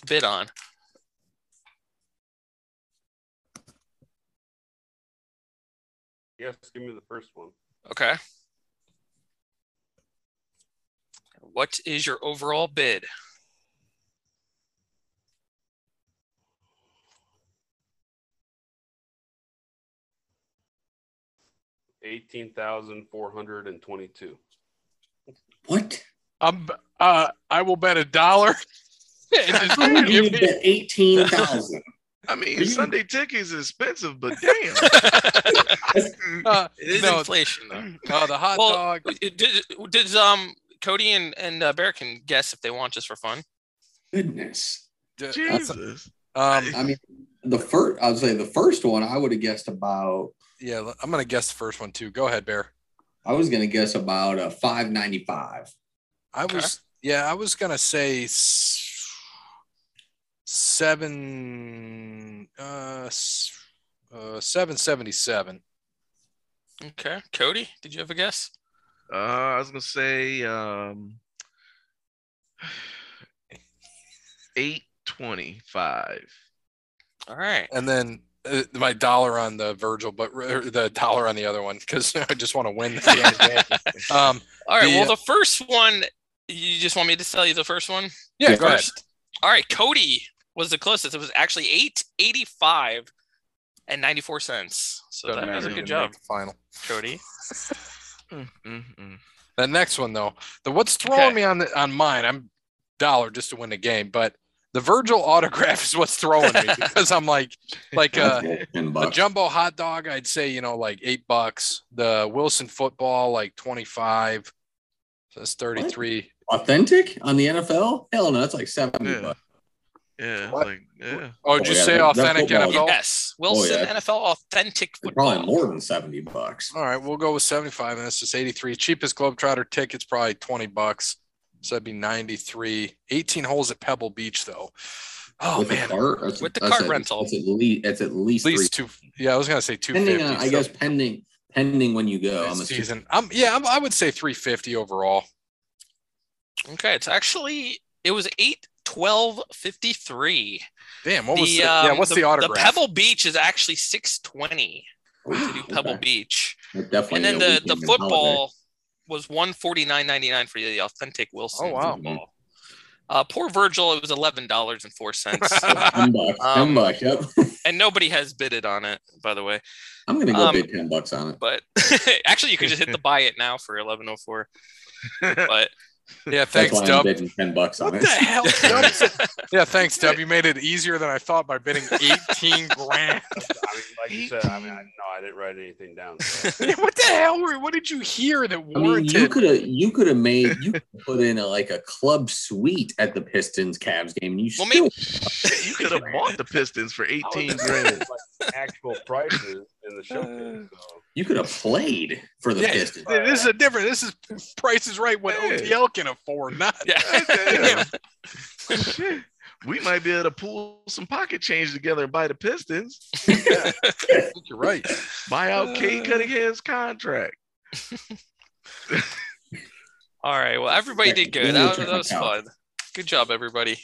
S4: bid on.
S5: Yes, give me the first one.
S4: Okay. What is your overall bid?
S5: Eighteen thousand four hundred and twenty-two.
S2: What?
S1: I'm, uh, I will bet a dollar. And just
S2: How did you
S1: give me-
S2: bet eighteen thousand?
S3: I
S2: Are
S3: mean,
S2: you-
S3: Sunday tickets is expensive, but damn.
S1: uh,
S4: It is
S1: No.
S4: inflation though.
S1: uh, the hot
S4: Well,
S1: dog.
S4: Did, did um Cody and and uh, Bear can guess if they want just for fun?
S2: Goodness.
S3: Jesus.
S1: uh, Um,
S2: I mean, the first. I would say the first one. I would have guessed about.
S1: yeah, I'm gonna guess the first one too. Go ahead, Bear.
S2: I was gonna guess about a five ninety five.
S1: I
S4: Okay.
S1: was, yeah, I was gonna say s- seven, uh, s- uh, seven seventy-seven.
S4: Okay, Cody, did you have a guess?
S3: Uh, I was gonna say um, eight twenty-five.
S4: All right,
S1: and then uh, my dollar on the Virgil, but or the dollar on the other one because I just want to win. This damn game. um,
S4: all right.
S1: The,
S4: well,
S1: uh,
S4: the first one, you just want me to tell you the first one
S1: yeah,
S2: Yeah.
S1: go ahead.
S4: first. All right, Cody was the closest. It was actually eight eighty-five and ninety-four cents. So
S1: Doesn't
S4: that was
S1: matter,
S4: a
S1: you
S4: good
S1: didn't
S4: job,
S1: make the final.
S4: Cody.
S3: Mm,
S1: The next one though, the what's throwing
S4: Okay.
S1: me on the, on mine, I'm dollar just to win the game, but the Virgil autograph is what's throwing me because I'm like, like uh,
S2: Ten
S1: the
S2: bucks.
S1: jumbo hot dog, I'd say you know like eight bucks. The Wilson football, like twenty five. So that's thirty three.
S2: Authentic on the NFL? Hell no, that's like seventy
S3: Yeah.
S2: bucks.
S3: Yeah,
S1: What?
S3: like yeah.
S1: Oh,
S2: Oh,
S1: just
S2: yeah,
S1: say
S2: that's
S1: authentic
S2: football.
S1: NFL.
S4: Yes,
S1: Oh,
S4: Wilson
S2: yeah.
S4: NFL authentic
S2: It's
S4: football.
S2: probably more than 70 bucks.
S1: All right, we'll go with 75, and that's just 83. Cheapest Globetrotter tickets, probably 20 bucks. So that'd be 93. 18 holes at Pebble Beach, though. Oh,
S2: with
S1: man.
S2: the cart, that's-
S4: With the
S2: that's
S4: cart
S2: at-
S4: rental.
S2: That's at least, that's at least,
S1: At least two. Yeah, I was going to say
S2: three, pending,
S1: 250.
S2: on, I
S1: so
S2: guess, pending, pending when you go. I'm
S1: this
S2: assuming.
S1: season. I'm, yeah, I'm, I would say 350 overall.
S4: Okay, it's actually it was eight twelve fifty three.
S1: Damn, what was the,
S4: um,
S1: yeah, what's the, autograph?
S4: The Pebble Beach is actually six twenty to do Pebble
S2: Okay.
S4: Beach,
S2: That Definitely.
S4: and then
S2: a
S4: the
S2: weekend
S4: the
S2: and holiday.
S4: football was one forty nine ninety nine for the authentic Wilson
S1: Oh, wow.
S4: football. Uh, poor Virgil, it was eleven dollars and four cents,
S2: Ten bucks.
S4: Um,
S2: ten bucks. Yep.
S4: and nobody has bidded on it, by the way.
S2: I'm gonna go
S4: um,
S2: bid ten bucks on it.
S4: But actually, you could just hit the buy it now for eleven oh four. But
S1: yeah,
S2: That's
S1: thanks,
S2: why I'm
S1: Dub.
S2: bidding ten bucks on
S1: What
S2: it.
S1: the hell? Dub? yeah, thanks, Dub. You made it easier than I thought by bidding 18 grand.
S5: I mean, like you said, I mean, I, no, I didn't write anything down. so.
S1: Yeah, what the hell? were- What did you hear that
S2: I mean, you
S1: warranted?
S2: could have you could have made you coulda put in a, like a club suite at the Pistons Cavs game. and You
S4: Well,
S2: still
S3: Shit, you could have bought the Pistons for
S5: I was
S3: 18
S5: looking
S3: grand.
S5: at, like, actual prices in the showcase. So.
S2: you could have played for the
S1: Yeah.
S2: Pistons.
S1: Th- This is a different. This is Price is Right. What
S3: Yeah.
S1: OTL can afford, not
S4: yeah.
S3: Shit, we might be able to pull some pocket change together and buy the Pistons,
S1: You're right.
S3: buy out Kate
S4: Uh.
S3: Cunningham's contract.
S4: All right. Well, everybody
S2: Yeah,
S4: did
S2: we need
S4: good.
S2: to
S4: That,
S2: check
S4: that was
S2: my
S4: fun.
S2: calendar.
S4: Good job, everybody.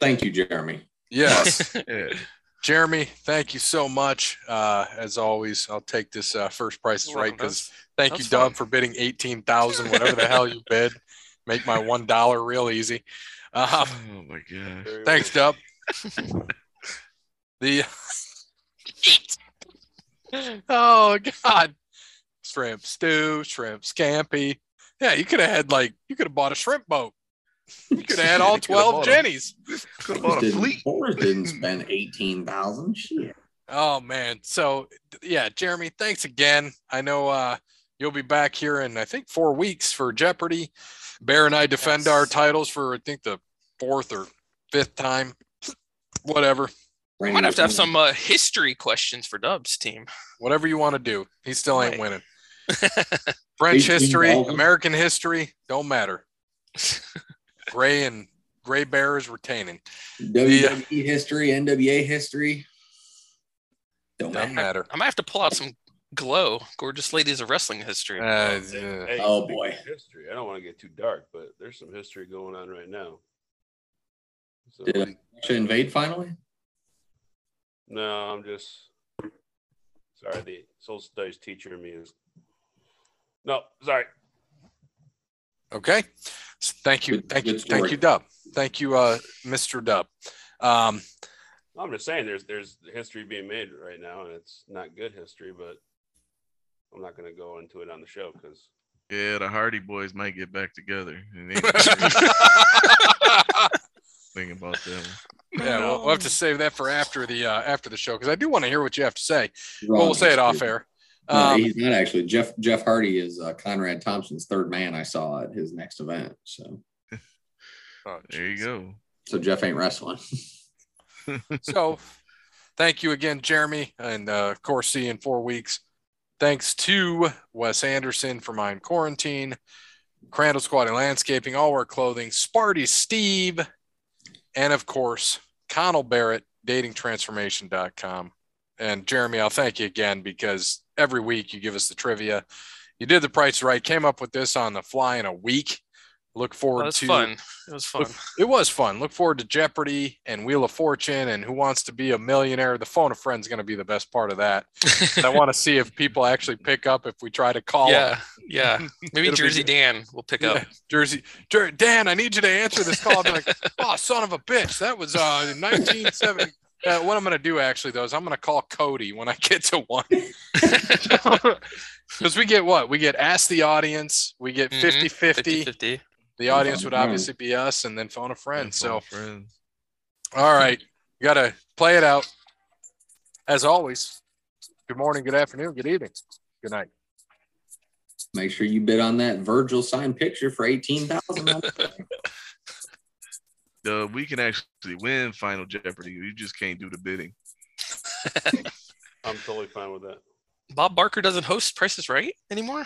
S2: Thank you, Jeremy.
S1: Yes,
S3: Yeah.
S1: Jeremy, thank you so much. Uh, as always, I'll take this uh, first price is
S4: You're
S1: right
S4: welcome.
S1: because thank you,
S4: that's fun.
S1: Dub, for bidding eighteen thousand, whatever the hell you bid. Make my one dollar real easy. Uh,
S3: Oh my gosh.
S5: Very
S1: thanks, Dub. the oh god, shrimp stew, shrimp scampi. Yeah, you could have had like you could have bought a shrimp boat. You could have had all
S3: You coulda
S1: twelve
S3: bought 'em.
S1: jennies.
S3: Could have bought a
S2: Didn't-
S3: fleet.
S2: Forrest didn't spend eighteen thousand. Shit.
S1: Oh man. So th- yeah, Jeremy, thanks again. I know uh you'll be back here in I think four weeks for Jeopardy. Bear and I defend
S4: Yes.
S1: our titles for I think the fourth or fifth time. Whatever.
S4: I
S2: Brandon
S4: might have to have
S2: was-
S4: some uh, history questions for Dub's team.
S1: Whatever you want to do. He still ain't
S4: Right.
S1: winning. French
S2: Eighteen
S1: history,
S2: dollars.
S1: American history, don't matter. Gray and gray bear is retaining.
S2: WWE E history, NWA history. Don't
S1: Don't
S2: matter.
S1: matter.
S4: I might have to pull out some glow, gorgeous ladies of wrestling history.
S1: Uh,
S5: Hey,
S1: yeah.
S5: hey,
S2: Oh,
S5: speaking
S2: boy.
S5: of History. I don't want to get too dark, but there's some history going on right now. So,
S2: Did I should invade finally?
S5: no, I'm just sorry. The soul studies teacher in me is no. Sorry.
S1: Okay. S- Thank you.
S2: Good-
S1: Thank you.
S2: good
S1: Thank
S2: story.
S1: you, Dub. Thank you, uh, Mr. Dub. Um,
S5: I'm just saying there's there's history being made right now, and it's not good history, but I'm not going to go into it on the show because
S3: Yeah, the Hardy Boys might get back together. And they think about that one.
S1: Yeah, we'll, we'll have to save that for after the uh, after the show because I do want to hear what you have to say. But
S2: Wrong
S1: we'll say it
S2: history.
S1: off air.
S2: No,
S1: Um,
S2: he's not actually. Jeff Jeff Hardy is uh, Conrad Thompson's third man. I saw at his next event. So
S3: Oh, There you go.
S2: so Jeff ain't wrestling.
S1: so, thank you again, Jeremy, and uh, of course, see you in four weeks. Thanks to Wes Anderson for mine quarantine, Crandall Squatting Landscaping, All Wear Clothing, Sparty Steve, and of course Connell Barrett, datingtransformation.com. And Jeremy, I'll thank you again because every week you give us the trivia. You did the price right, came up with this on the fly in a week. Look
S4: Oh, That
S1: forward
S4: was
S1: to
S4: fun. It was fun.
S1: Look- it was fun. Look forward to Jeopardy and Wheel of Fortune and Who Wants to Be a Millionaire. The phone a friend's going to be the best part of that. And I want to see if people actually pick up if we try to call. 'em.
S4: yeah, yeah. Maybe
S1: It'll be
S4: Jersey
S1: good.
S4: Dan will pick up.
S1: Jersey, Jer- Dan, I need you to answer this call. I'm like, oh, son of a bitch. That was uh, in 1970. Uh, what I'm going to do actually, though, is I'm going to call Cody when I get to one. Because we get what? We get Ask the Audience, we get
S4: Mhm.
S1: 50 50.
S4: 50-50.
S1: The audience would
S2: Phone a friend.
S1: obviously be us, and then phone a friend.
S3: That's
S4: Mm-hmm.
S3: all
S1: So,
S3: friends.
S1: all right, you got to play it out. As always, good morning, good afternoon, good evening, good night.
S2: Make sure you bid on that Virgil signed picture for eighteen thousand.
S3: Dub, we can actually win Final Jeopardy. You just can't do the bidding.
S5: I'm totally fine with that.
S4: Bob Barker doesn't host Prices Right anymore.